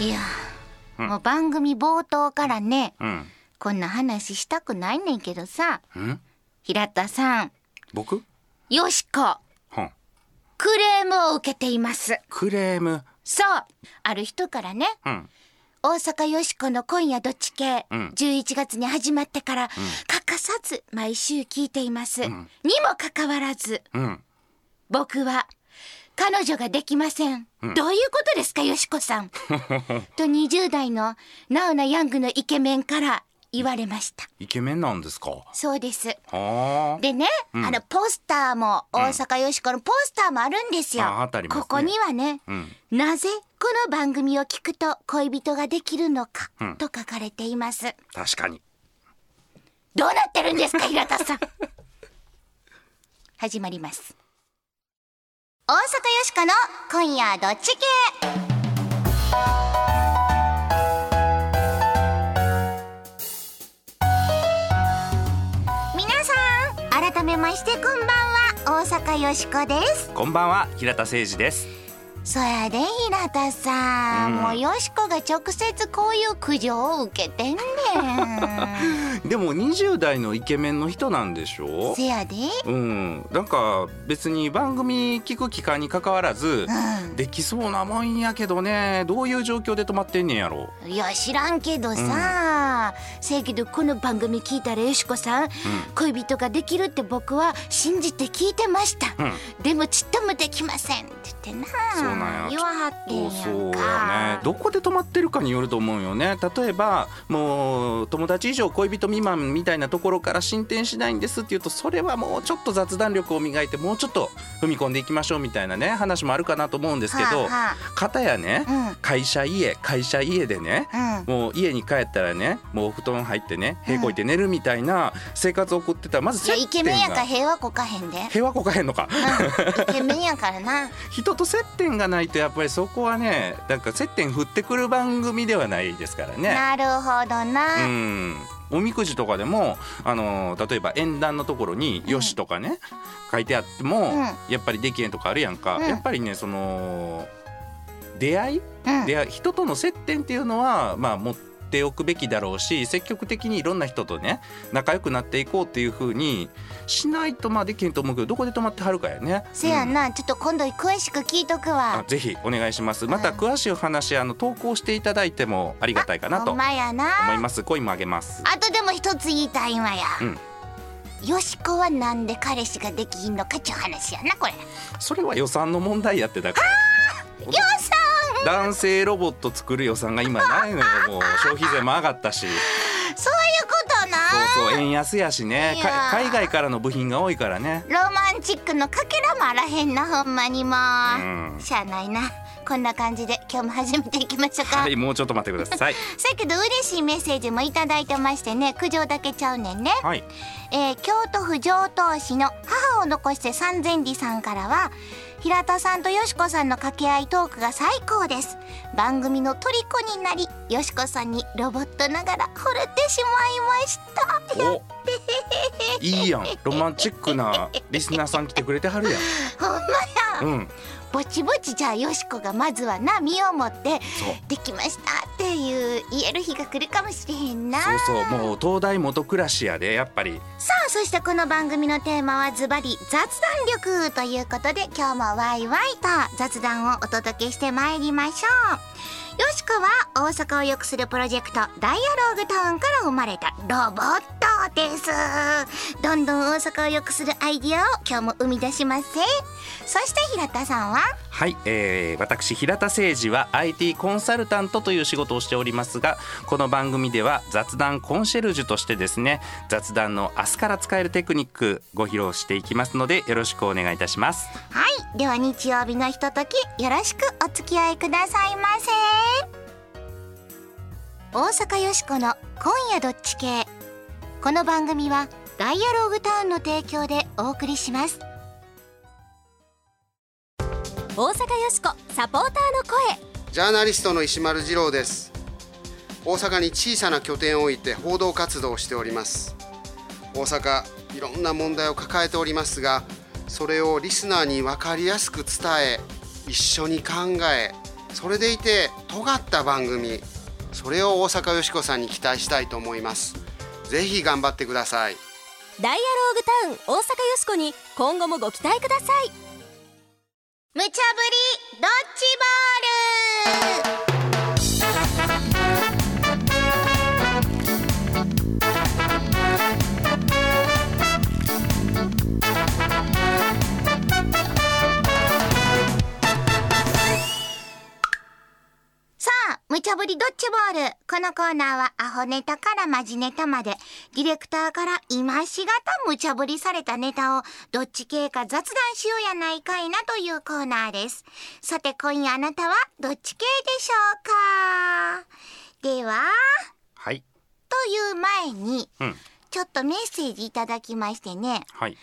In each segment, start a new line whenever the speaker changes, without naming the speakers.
いや、
うん
もう番組冒頭からね、
うん。
こんな話したくないねんけどさ、
うん
平田さん、
僕
よしこ、
うん。
クレームを受けています。
クレーム。
そう、ある人からね、
うん。
大阪よしこの今夜どっち系、
うん
11月に始まってから、欠かさず毎週聞いています。にもかかわらず、
うん。
僕は彼女ができません、どういうことですかよしこさ んと20代のナウナヤングのイケメンから言われました
イケメンなんですか。
そうです
ああ。
でね、あのポスターも大阪よしこのポスターもあるんですよ、
ああったありますね
ここにはね、
うん。
なぜこの番組を聞くと恋人ができるのか、
うん
と書かれています
確かに。
どうなってるんですか平田 さん始まります大阪よしこの今夜どっち系皆さん改めましてこんばんは大阪よしこです
こんばんは、平田誠二です。
そやで平田さん、
うん
もうよしこが直接こういう苦情を受けてんね ん
でも20代のイケメンの人なんでしょう
せやで
うん、なんか別に番組聞く期間に関わらず、
う
できそうなもんやけどねどういう状況で止まってんねんやろ
いや知らんけどさ、せやけどこの番組聞いたらよしこさん、恋人ができるって僕は信じて聞いてました、
うん
でもちっともできませんって言ってな
そうなんや
言わはってんやんか
そうやねどこで止まってるかによると思うよね例えばもう友達以上恋人未満みたいなところから進展しないんですっていうとそれはもうちょっと雑談力を磨いてもうちょっと踏み込んでいきましょうみたいなね話もあるかなと思うんですけど、
はあは
片やね、
うん
会社家会社家でね、
あうん
もう家に帰ったらねもうお布団入ってね平こいて寝るみたいな生活を送ってたらまず
いやイ
接
ケ
点
メンやから
が
平和こかへんで、うん、イ
平和こかへんのか
ケメンやからな
人と接点がないとやっぱりそこはねなんか接点振ってくる番組ではないですからね。
なるほど
う
な、
んおみくじとかでも、あの例えば縁談のところに「よし」とかね、書いてあっても、
うん
やっぱりできへんとかあるやんか、
うん
やっぱりねその出会い
うん
で人との接点っていうのは、まあ、持っておくべきだろうし積極的にいろんな人とね仲良くなっていこうっていうふうにしないとまあできへんと思うけどどこで止まってはるかやね。
せや
うん
な、ちょっと今度詳しく聞いとく
あ
わ
ぜひお願いしますまた
うん
詳しいお話あの投稿していただいてもありがたいかな
ほん
と思
まやない
ますコインもあげます
あとでも一つ言いたいんわや、
うん
よしこはなんで彼氏ができひんのかっちゅう話やなこれよ
それは予算の問題やってだから
さ
男性ロボット作る予算が今ないのよもう消費税も上がったし
んそういうことな
そうそう円安やしね
いや
か
ー
海外からの部品が多いからね
ロマンチックのかけらもあらへんなほんまにも
うん
うしゃあないなこんな感じで今日も始めていきましょうか、
はいもうちょっと待ってください
さやけど嬉しいメッセージもいただいてましてね苦情だけちゃうねんね
はい
えー京都府上東市の母を残して三千里さんからは平田さんとよしこさんの掛け合いトークが最高です番組の虜になりよしこさんにロボットながら惚れてしまいましたやっ
おいいやんロマンチックなリスナーさん来てくれてはるや
ほんまや
んうん
ぼちぼちじゃあよしこがまずはな身をもって
そう
できましたっていう言える日が来るかもしれへんな
そうそうもう東大元暮らしやでやっぱり
さあそしてこの番組のテーマはズバリ雑談力ということで今日もワイワイと雑談をお届けしてまいりましょうよしこは大阪を良くするプロジェクトダイアローグタウンから生まれたロボットですどんどん大阪を良くするアイディアを今日も生み出しますねそして平田さんは
はい、えー、私平田誠二は IT コンサルタントという仕事をしておりますがこの番組では雑談コンシェルジュとしてですね雑談の明日から使えるテクニックご披露していきますのでよろしくお願いいたします
はいでは日曜日のひとときよろしくお付き合いくださいませ大阪よしこの「今夜どっち系」この番組は「ダイアローグタウン」の提供でお送りします
大阪よしこサポーターの声
ジャーナリストの石丸次郎です大阪に小さな拠点を置いて報道活動をしております大阪いろんな問題を抱えておりますがそれをリスナーに分かりやすく伝え一緒に考えそれでいて尖った番組それを大阪よしこさんに期待したいと思いますぜひ頑張ってください
ダイアローグタウン大阪よしこに今後もご期待ください
無茶ぶりドッジボールさあ、無茶ぶりドッジボール。このコーナーはアホネタからマジネタまで、ディレクターから今しがた無茶ぶりされたネタを、どっち系か雑談しようやないかいなというコーナーです。さて、今夜あなたはどっち系でしょうかでは、
はい
という前に、
うん
ちょっとメッセージいただきましてね、
はい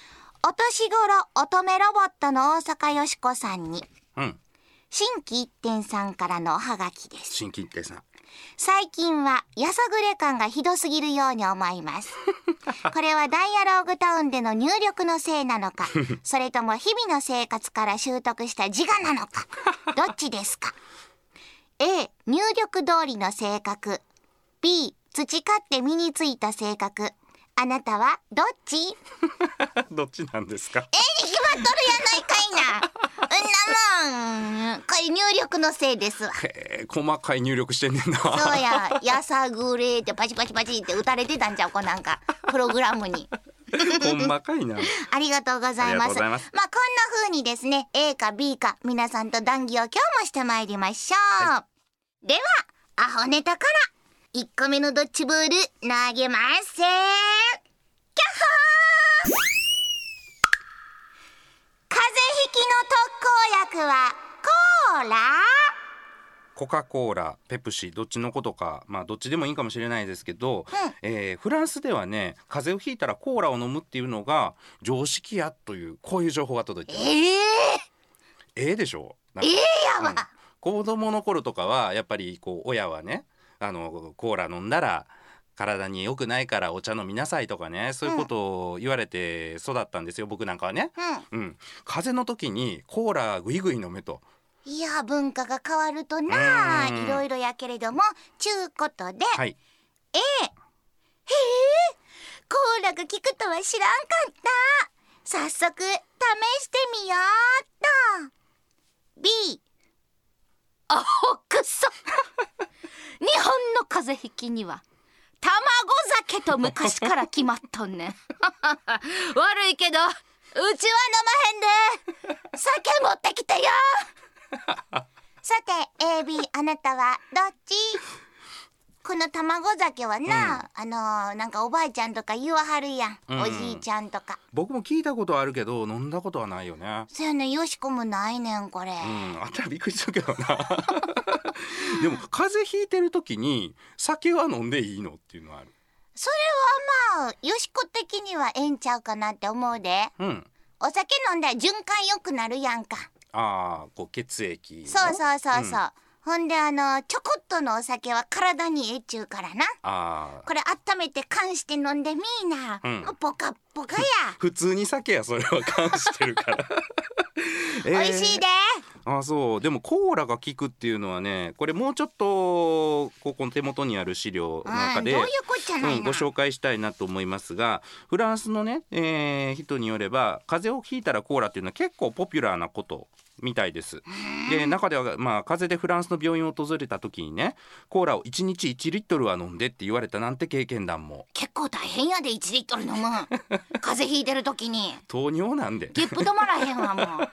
お年頃乙女ロボットの大阪よしこさんに、
うん
新規一点さんからのおはがきです。
新規一定さん
最近はやさぐれ感がひどすぎるように思いますこれはダイアローグタウンでの入力のせいなのかそれとも日々の生活から習得した自我なのかどっちですか A 入力通りの性格 B 培って身についた性格あなたはどっち A に
どっちなんですか
決まっとるやないかいなうんなもんこれ入力のせいですわ
へえ細かい入力してんねんな
そうや、やさぐれってパチパチパチって打たれてたんちゃうこなんか、プログラムに。
細かいな
ありがとうございま
あ
す。
りがとうございます
あこんな風にですね、A か B か皆さんと談義を今日もしてまいりましょう。では、アホネタから、1個目のドッジボール投げますキャッホー風邪ひきの特効薬はコーラ
コカ・コーラペプシどっちのことかまあどっちでもいいかもしれないですけど、
うん
えーフランスではね風邪をひいたらコーラを飲むっていうのが常識やというこういう情報が届いてます
ええ
ええでしょえ
ええやわ
うん子供の頃とかはやっぱりこう親はねあのコーラ飲んだら体に良くないからお茶飲みなさいとかねそういうことを言われて育ったんですよ、僕なんかはね。
うん。
うん、風邪の時にコーラぐいぐい飲めと
いや文化が変わるとなあ
うん
いろいろやけれどもちゅうことで、
は
へえ
い
コーラが効くとは知らんかった早速試してみようっと B
あほく そ日本の風邪ひきには卵酒と昔から決まっと んねん悪いけどうちは飲まへんで酒持ってきてよ
さて AB あなたはどっちこの卵酒はな、あのーなんかおばあちゃんとか言わはるやん、
うん
おじいちゃんとか
僕も聞いたことはあるけど飲んだことはないよね。
そうやねよしこもないねんこれ、
うん、あったらびっくりするけどな でも風邪ひいてる時に酒は飲んでいいのっていうのはある
それはまあよしこ的にはええんちゃうかなって思うで
うん
お酒飲んだら循環良くなるやんか。
ああこう血液の
そうそうそうそう。
ん
ほんであのちょこっとのお酒は体にええっちゅうからな
ああ
これ温めて缶して飲んでみーな、
うん
もうポカッポカや
普通に酒やそれは感して るから
美味しいで、
ああそうでもコーラが効くっていうのはねこれもうちょっとここの手元にある資料の
う
中
ん、ど
で
ういうこっちゃないな、
うん、ご紹介したいなと思いますがフランスのね、えー人によれば風邪をひいたらコーラっていうのは結構ポピュラーなことみたいです。で中では、まあ、風邪でフランスの病院を訪れた時にねコーラを1日1リットルは飲んでって言われたなんて経験談も
結構大変やで1リットル飲む風邪ひいてる時に
糖尿なんで
ゲップ止まらへんわもう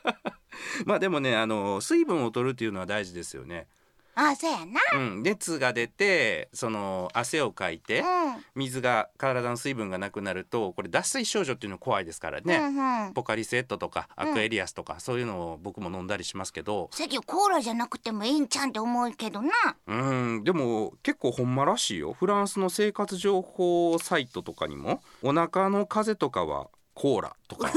まあでもねあの水分を取るっていうのは大事ですよね。
あそうやな
うん、熱が出てその汗をかいて水が体の水分がなくなるとこれ脱水症状っていうの怖いですから
うん、
ね。
うんうん
ポカリスエットとかアクエリアスとか、そういうのを僕も飲んだりしますけど
せやけどコーラじゃなくてもええんちゃうんって思うけ どな
うんでも結構ほんまらしいよフランスの生活情報サイトとかにもお腹の風邪とかはコーラと か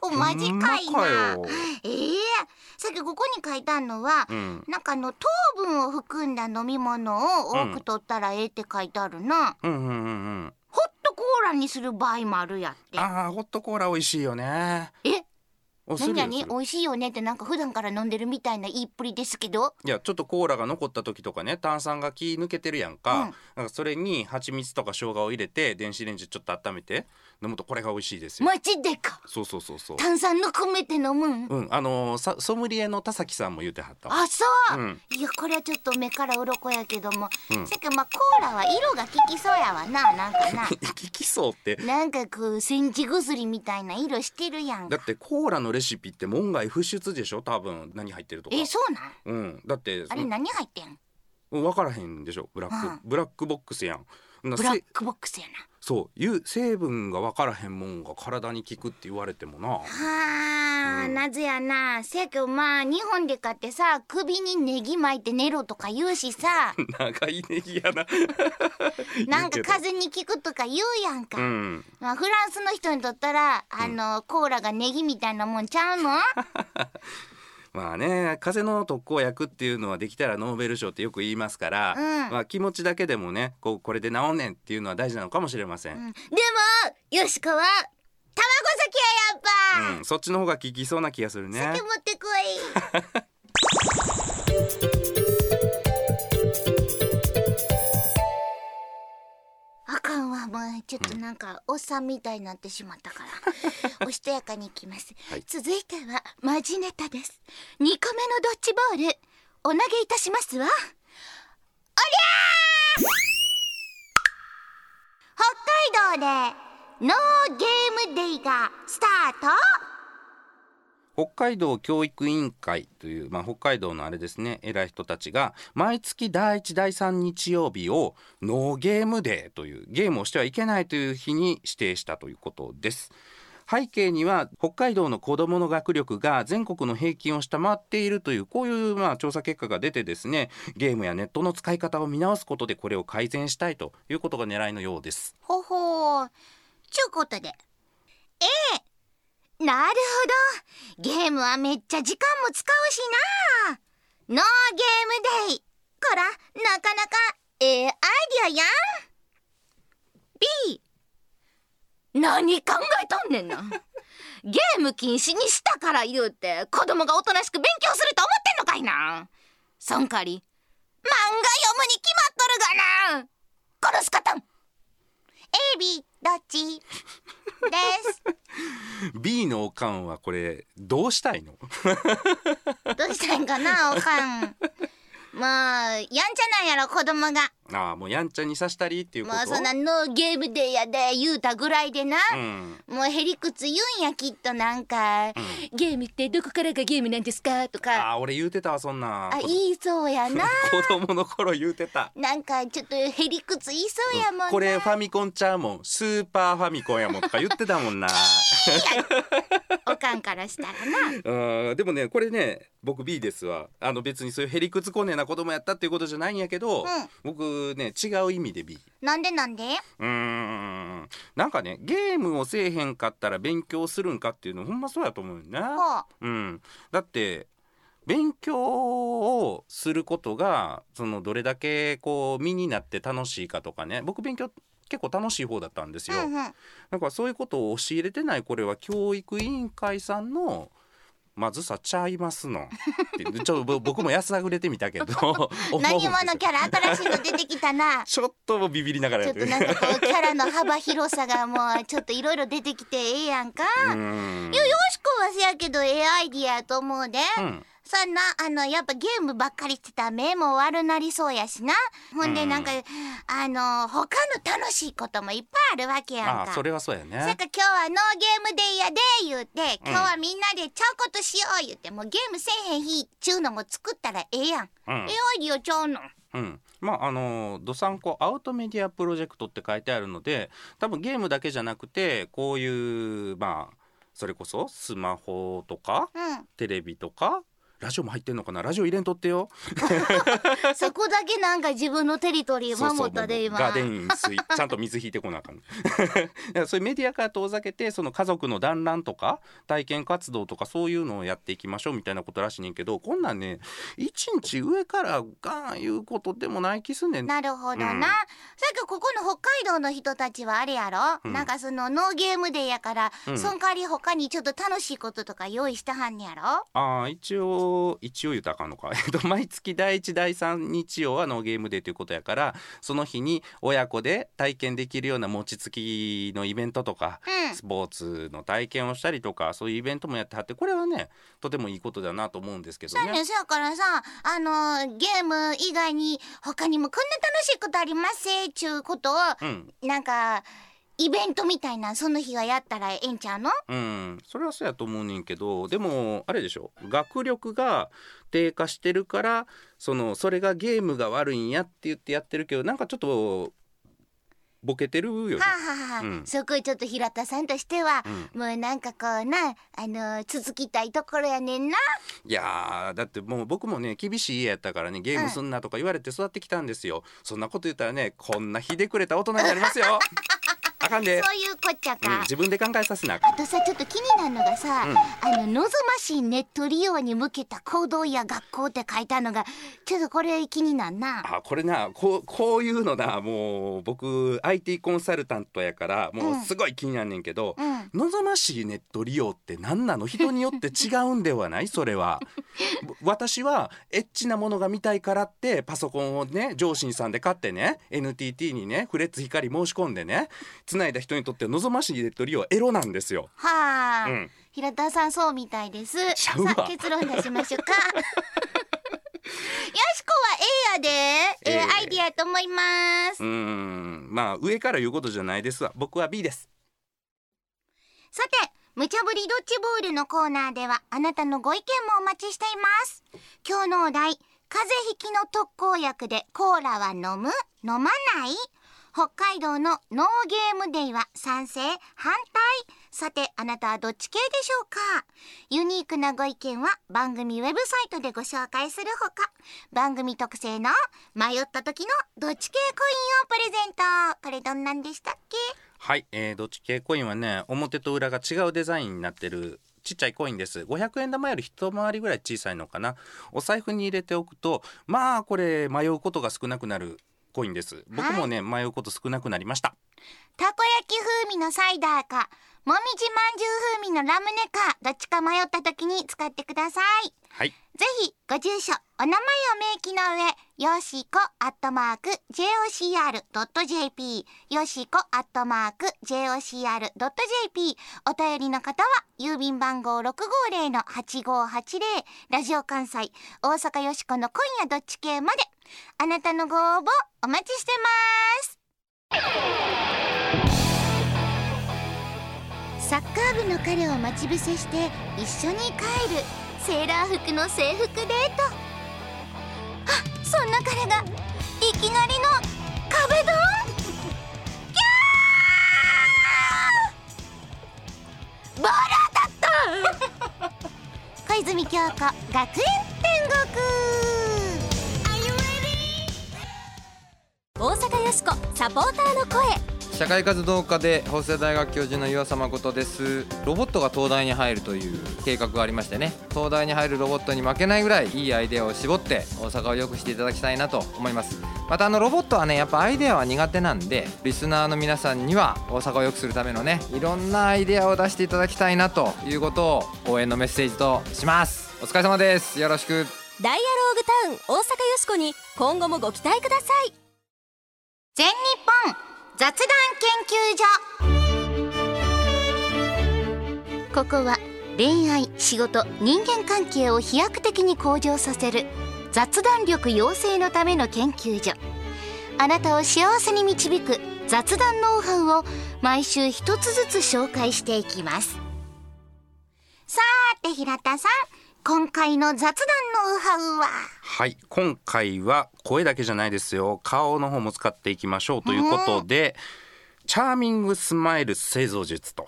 ほほマジかい
ほんま
な
よ
ええさっきここに書いてあるのは、
うん、
なんかあの糖分を含んだ飲み物を多く取ったらええって書いてあるな、
うんうんうんうん
ホットコーラにする場合もあるやって
あーホットコーラ美味しいよね
え
あす
何
るよ
何
する
美味しいよねってなんか普段から飲んでるみたいな言いっぷりですけど
いやちょっとコーラが残った時とかね炭酸が気抜けてるやんか,、
うん
なんかそれに蜂蜜とか生姜を入れて電子レンジでちょっと温めて飲むとこれが美味しいですよ、
マジでか
そうそうそうそう
炭酸の込めて飲むん
うんあのーさソムリエの田崎さんも言ってはったわ
あそう、
うん
いやこれはちょっと目から鱗やけども、
うん
せっかまあコーラは色が効きそうやわななんかな
聞きそうって
なんかこう煎じ薬みたいな色してるやん
だ
か
ってコーラのレシピって門外不出でしょ多分何入ってるとか
えそうなん
うんだって
あれ何入ってん
うん分からへんでしょブラック、
うん
ブラックボックスやんな
ブラ
せ
ックボックスやな
そういう成分が分からへんもんが体に効くって言われてもな
は あ、
うん
なぜやなせやけどまあ日本で買ってさ首にネギ巻いて寝ろとか言うしさ
長いネギやな
なんか
言うけど
風邪に効くとか言うやんか、
うん
まあ、フランスの人にとったらあの、コーラがネギみたいなもんちゃうの
まあね風邪の特効薬っていうのはできたらノーベル賞ってよく言いますから、
うん
まあ、気持ちだけでもねこうこれで治んねんっていうのは大事なのかもしれません、
うんでもよしこは卵酒ややっぱ、
うんそっちの方が効きそうな気がするね
酒持ってこい あかんわもうちょっとなんかおっさんみたいになってしま ったからおしとやかにいきます、
はい
続いてはマジネタです2個目のドッジボールお投げいたしますわおりゃー北海道でノーゲームデイがスタート
北海道教育委員会という、まあ、北海道のあれですね偉い人たちが毎月第1第3日曜日をノーゲームデーというゲームをしてはいけないという日に指定したということです。背景には北海道の子どもの学力が全国の平均を下回っているというこういうまあ調査結果が出てですねゲームやネットの使い方を見直すことでこれを改善したいということが狙いのようです。
ほほー。ちゅうことで。ええ。なるほど。ゲームはめっちゃ時間も使うしな。ノーゲームデイ。こら、なかなかええアイディアやん。B。
何考えとんねん なゲーム禁止にしたから言うて子供がおとなしく勉強すると思ってんのかいなそんかわり漫画読むに決まっとるがな殺すかたん
A、B、どっちです。
B のおかんはこれどうしたいの
どうしたいんかな、おかん。まあ、やんちゃなんやろ、子供が。
ああもうやんちゃにさしたりっていうこと
まあ、そんなノーゲームデイやで言うたぐらいでな。
うん
もうへりくつ言うんやきっとなんか、ゲームってどこからがゲームなんですかとか
あー俺言うてたわそんなん
あ
子
言いそうや な
供の頃言うてた
なんかちょっとへりくつ言いそうやもんな、
これファミコンちゃうもんスーパーファミコンやもんとか言ってたも んな
おかんからしたらな
うんでもねこれね僕 B ですわあの別にそういうへりくつこねえな子供やったっていうことじゃないんやけど、僕ね違う意味で B
なんでなんで
うーんなんかねゲームをせえへんかったら勉強するんかっていうのほんまそうやと思うよね
ほ
うん、だって勉強をすることがそのどれだけこう身になって楽しいかとかね僕勉強結構楽しい方だったんです
う
よ、
うんうん
だからそういうことを教えれてないこれは教育委員会さんのまずさちゃいますのってちょっ とぼ僕もやさぐれてみたけど思うんです
何
よ
者キャラ新しいの出てきたな
ちょっとビビりながら
ちょ
やっ
ってと
る
なんかこうキャラの幅広さがもうちょっといろいろ出てきてええやんか、
うーん
よしこはせやけどええアイディアやと思うで、
うん
そんなあのやっぱゲームばっかりしてたら目も悪なりそうやしなほんでなんか、あの他の楽しいこともいっぱいあるわけやん
あ
か
あそれはそうや
それ
ね
か今日はノーゲームデイやで言うて今日はみんなでちゃうことしよう言うて、もうゲームせえへん日ちゅうのも作ったらええやん、
うん
ええアイディアちゃうの
うん、まああのどさんこアウトメディアプロジェクトって書いてあるので多分ゲームだけじゃなくてこういうまあそれこそスマホとか
うん
テレビとかラジオも入ってんのかなラジオ入れんとってよ
そこだけなんか自分のテリトリー守ったで今
ガーデン水ちゃんと水引いてこなあかん だからそういうメディアから遠ざけてその家族の団らんとか体験活動とかそういうのをやっていきましょうみたいなことらしいねんけどこんなんね一日上からガンいうことでもない気すんねん
なるほどな、
う
さ
ん
っきここの北海道の人たちはあれやろ、
うん
なんかそのノーゲームデーやから、
うん
その代わり他にちょっと楽しいこととか用意してはんねやろ
ああ一応一応言うたらあかんのか えっと毎月第1第3日曜はノーゲームデーということやからその日に親子で体験できるような餅つきのイベントとか、
うん
スポーツの体験をしたりとかそういうイベントもやってはってこれはねとてもいいことだなと思うんですけど
だね、
ね。
そやからさ、あのーゲーム以外に他にもこんな楽しいことありますっちゅうことを、
うん、
なんか、イベントみたいな、その日はやったらええんちゃうの
うん、それはそうやと思うねんけどでもあれでしょ学力が低下してるからそのそれがゲームが悪いんやって言ってやってるけどなんかちょっとボケてるよね。
はあ、はあはあ
うん
そこちょっと平田さんとしては、
うん
もうなんかこうな、あのー続きたいところやねんな。
いやーだってもう僕もね厳しい家やったからねゲームすんなとか言われて育ってきたんですよ、そんなこと言ったらねこんなひでくれた大人になります よあかんで、
そういうこっちゃ
うん
か。
自分で考えさせなあか
あ
ん
とさちょっと気になるのがさ、
うん
あの望ましいネット利用に向けた行動や学校って書いたのがちょっとこれ気になんな。
あこれなこうこういうのなもう僕 IT コンサルタントやからもうすごい気になんねんけど、
うん、
望ましいネット利用って何なの人によって違うんではない それはぼ私はエッチなものが見たいからってパソコンをね上司さんで買ってね NTT にねフレッツ光申し込んでね繋いだ人にとって望ましいネット利用はエロなんですよ。
はあ、
うん
平田さんそうみたいです。
ち
さ
ゃうわ
あ結論出しましょ うか。よしこは A やで、ええ
ええ
アイディアやと思います
うー。んまあ上から言うことじゃないですわ僕は B です。
さて、無茶ぶりドッジボールのコーナーでは、あなたのご意見もお待ちしています。今日のお題、風邪ひきの特効薬でコーラは飲む飲まない北海道のノーゲームデイは賛成反対さて、あなたはどっち系でしょうかユニークなご意見は番組ウェブサイトでご紹介するほか、番組特製の迷った時のどっち系コインをプレゼント。これどんなんでしたっけ
はい、えー、どっち系コインはね表と裏が違うデザインになってるちっちゃいコインです500円玉より一回りぐらい小さいのかなお財布に入れておくとまあこれ迷うことが少なくなるコインです僕もね、迷うこと少なくなりました
たこ焼き風味のサイダーか、もみじまんじゅう風味のラムネか、どっちか迷った時に使ってください。
はい
ぜひ、ご住所、お名前を明記の上、よしこアットマーク、jocr.jp、よしこアットマーク、jocr.jp、お便りの方は、郵便番号650-8580、ラジオ関西、大阪よしこの今夜どっち系まで、あなたのご応募、お待ちしてます。サッカー部の彼を待ち伏せして一緒に帰るセーラー服の制服デートあそんな彼がいきなりの壁ドンキャーボール当たった小泉京子学園天国
大阪よしこサポーターの声
社会活動家で法政大学教授の岩佐誠ですロボットが東大に入るという計画がありましてね東大に入るロボットに負けないぐらいいいアイデアを絞って大阪を良くしていただきたいなと思いますまたあのロボットはねやっぱアイデアは苦手なんでリスナーの皆さんには大阪を良くするためのねいろんなアイデアを出していただきたいなということを応援のメッセージとしますお疲れ様ですよろしく
ダイアローグタウン大阪よしこに今後もご期待ください
全日本雑談研究所ここは恋愛仕事人間関係を飛躍的に向上させる雑談力養成のための研究所あなたを幸せに導く雑談ノウハウを毎週一つずつ紹介していきますさーて平田さん今回の雑談ノウハウは
はい今回は声だけじゃないですよ顔の方も使っていきましょうということで、チャーミングスマイル製造術と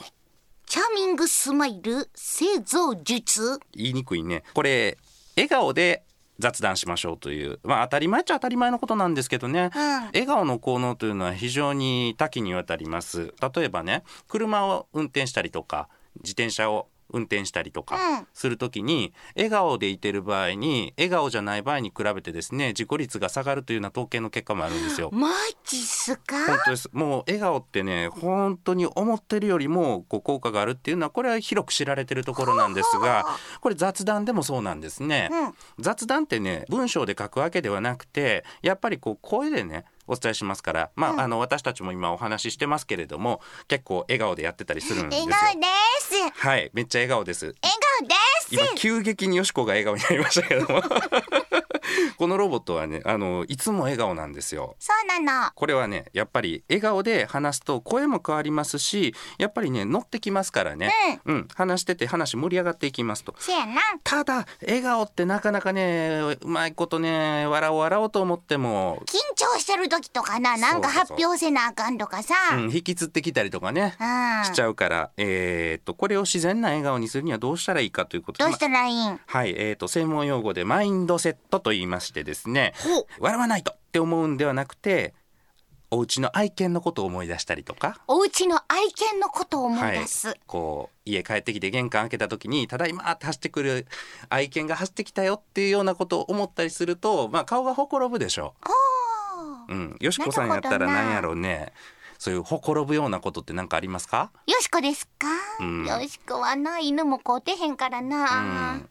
チャーミングスマイル製造術
言いにくいねこれ笑顔で雑談しましょうという、まあ、当たり前っちゃ当たり前のことなんですけどね、
うん
笑顔の効能というのは非常に多岐にわたります例えばね車を運転したりとか自転車を運転したりと
うん
かするときに、笑顔でいてる場合に笑顔じゃない場合に比べてですね自己率が下がるというような統計の結果もあるんですよ。
マジっす
本
か
当ですもう笑顔ってね本当に思ってるよりもこう効果があるっていうのはこれは広く知られてるところなんですがこれ雑談でもそうなんですね、
うん
雑談ってね文章で書くわけではなくてやっぱりこう声でねお伝えしますから、まあ、あの私たちも今お話ししてますけれども結構笑顔でやってたりするんです
笑
よ。
顔です笑
はい、めっちゃ笑顔です。
顔です
今急激によしこが笑顔になりましたけども このロボットはねあのいつも笑顔なんですよ。
そうなの
これはねやっぱり笑顔で話すと声も変わりますしやっぱりね乗ってきますからね、うん話してて話盛り上がっていきますと。
せやな
ただ笑顔ってなかなかねうまいことね笑おう笑おうと思っても、
緊張してる時とかななんか
そう
発
そう
表せなあかんとかさ
う
うん
ん、引きつってきたりとかね、しち
ど
ゃうから、えーっとこれを自然な笑顔にするにはどうしたらいいかということで
うしたらいいん
はい、えー、と専門用語でマインドセットと言いましてですね笑わないとって思うんではなくてお家の愛犬のことを思い出したりとか。
お家の愛犬のことを思い出す、
はい、こう家帰ってきて玄関開けた時に「ただいま」って走ってくる愛犬が走ってきたよっていうようなことを思ったりすると、まあ、顔がほころぶでしょう。うん、よしこさんやったらなんやろうねそういうほころぶようなことって何かありますか
よしこですか、
うん
よしこはな犬も飼うてへんからな、
うん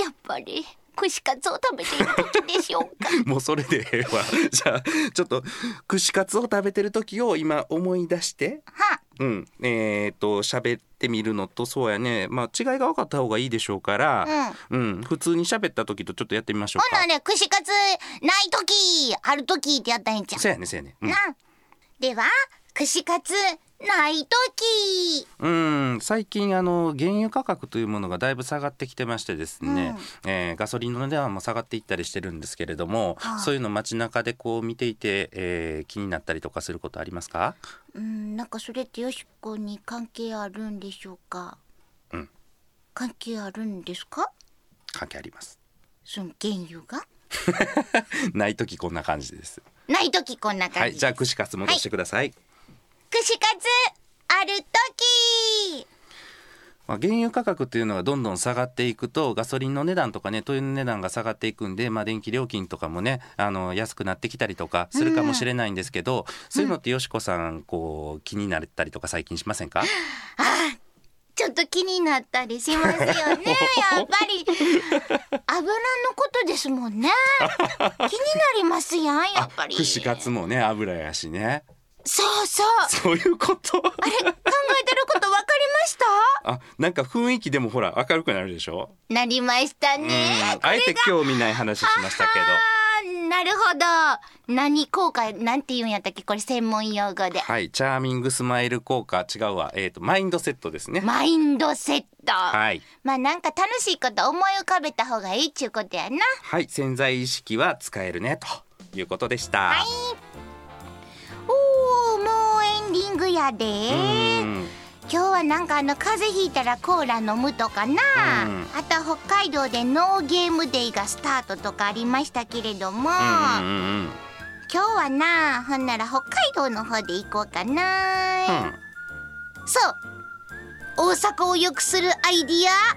やっぱり串カツを食べている時でしょ うか
もうそれでええわ じゃあちょっと串カツを食べてる時を今思い出して
は
うんえー、と喋ってみるのとそうやねまあ違いが分かった方がいいでしょうから、うん普通に喋った時とちょっとやってみましょう
ほ
か
な。ね串カツない時ある時ってやったらいいんじゃん
そうやねそうやね。うん
なでは串カツない時
うん最近あの原油価格というものがだいぶ下がってきてましてですね、えーガソリンの値段も下がっていったりしてるんですけれども、そういうの街中でこう見ていて、えー気になったりとかすることありますか
うんなんかそれってよしこに関係あるんでしょうか
うん
関係あるんですか
関係あります。
その原油が
ない時こんな感じです。
ない時こんな
は
感
い
じ、
じゃあ串カツ戻してください。
串カツある時
まあ、原油価格っていうのがどんどん下がっていくとガソリンの値段とかね灯油の値段が下がっていくんで、まあ、電気料金とかもねあの安くなってきたりとかするかもしれないんですけど、そういうのってよしこさんこう気になったりとか最近しませんか、
ちょっと気になったりしますよ ねやっぱり油のことですも んね気になりますやんやっぱり
串カツもね油やしね
そうそう
そういうこと
あれ考えてること分かりました
あなんか雰囲気でもほら明るくなるでしょ、
なりました
うん
ね。
あえて興味ない話しましたけど
あーなるほど。何効果なんて言うんやったっけこれ専門用語で。
はいチャーミングスマイル効果違うわえっ、とマインドセットですね
マインドセット。
はい
まあなんか楽しいこと思い浮かべた方がいいっちゅうことやな。
はい、潜在意識は使えるねということでした。
おおもうエンディングやで。
うん
今日はなんかあの風邪ひいたらコーラ飲むとかな、
うん
あとは北海道でノーゲームデイがスタートとかありましたけれども、
うんうんうんうん
今日はなほんなら北海道の方で行こうかな、そう大阪を良くするアイディア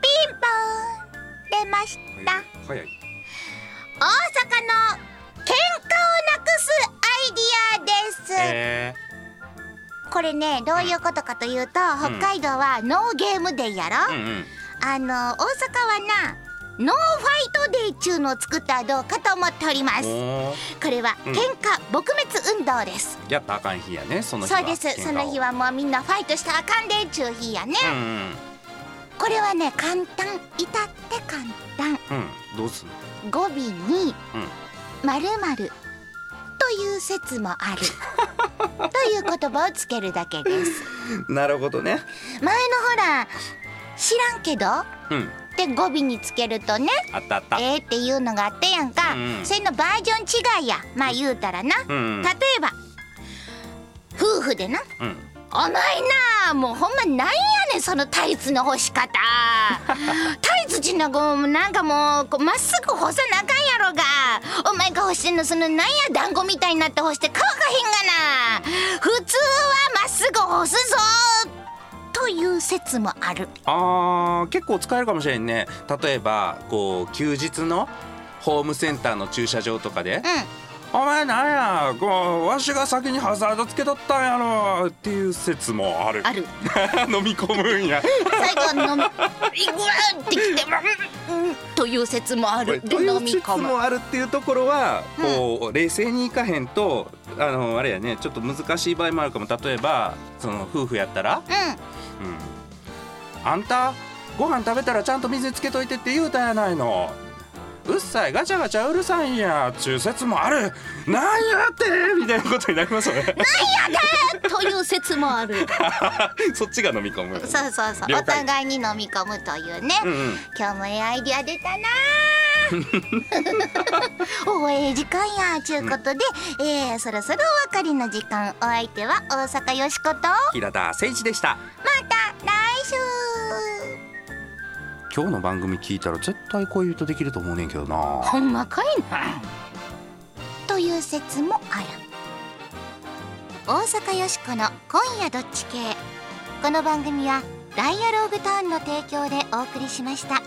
ピンポン出ました大阪の
早い。
喧嘩をなくすアイディアです、
え
これねどういうことかというと、
ん
北海道はノーゲームデイや
え
ろ、
うんうん。
あの大阪はなノーファイトデイっちゅうのを作ったらどうかと思っております
おお、
これは
うん
喧嘩撲滅運動です、
やったらあかん日やね、その日は。
そうですその日
は。
はもうみんなファイトしたらあかんでっちゅう日やね、
うんうん
これはね簡単至って簡単
うん。どうするの？
語尾に
うん
「まるまるという説も あるという言葉をつけるだけです
なるほどね。
前のほら「知らんけど」っ
うん。
て語尾につけるとね
あったあっ
「
た。
えー」っていうのがあったやんか、
うん
それのバージョン違いやまあ言うたらな、
う
例
ん
えば夫婦でな
うん。
「お前 なもうほんまなんやねんそのタイツの干し方タイツちの子もなんかもうこうまっすぐ干さなあかんやろがお前が干してんのそのなんや団子みたいになって干して乾かへんがな普通はまっすぐ干すぞという説もある
あー結構使えるかもしれんね例えばこう休日のホームセンターの駐車場とかで「お前なんやこうわしが先にハザードつけとったんやろ」っていう説もある
ある
飲み込むんや
最後飲みうわーってきてうんうんという説もあるで
とい
飲
う
み
説
込む
もあるっていうところはこう冷静にいかへんとあのあれやねちょっと難しい場合もあるかも例えばその夫婦やったら
う
うんあんたご飯食べたらちゃんと水つけといてって言うたやないのうっさいガチャガチャうるさいんやっちゅう説もあるなんやってみたいなことになりますよ ね
んという説もある
そっちが飲み込む
そうそうそう
了解
お互いに飲み込むというね、
うんうん
今日もええアイディア出たな ーおーええ時間やちゅうことで、えーそろそろお別れの時間お相手は大阪よしことま
平田誠一でした
た来週
今日の番組聞いたら絶対恋人できると思うねんけどな
ほんまかいな
という説もある大阪よしこの「今夜どっち系」この番組は「ダイアローグターン」の提供でお送りしました。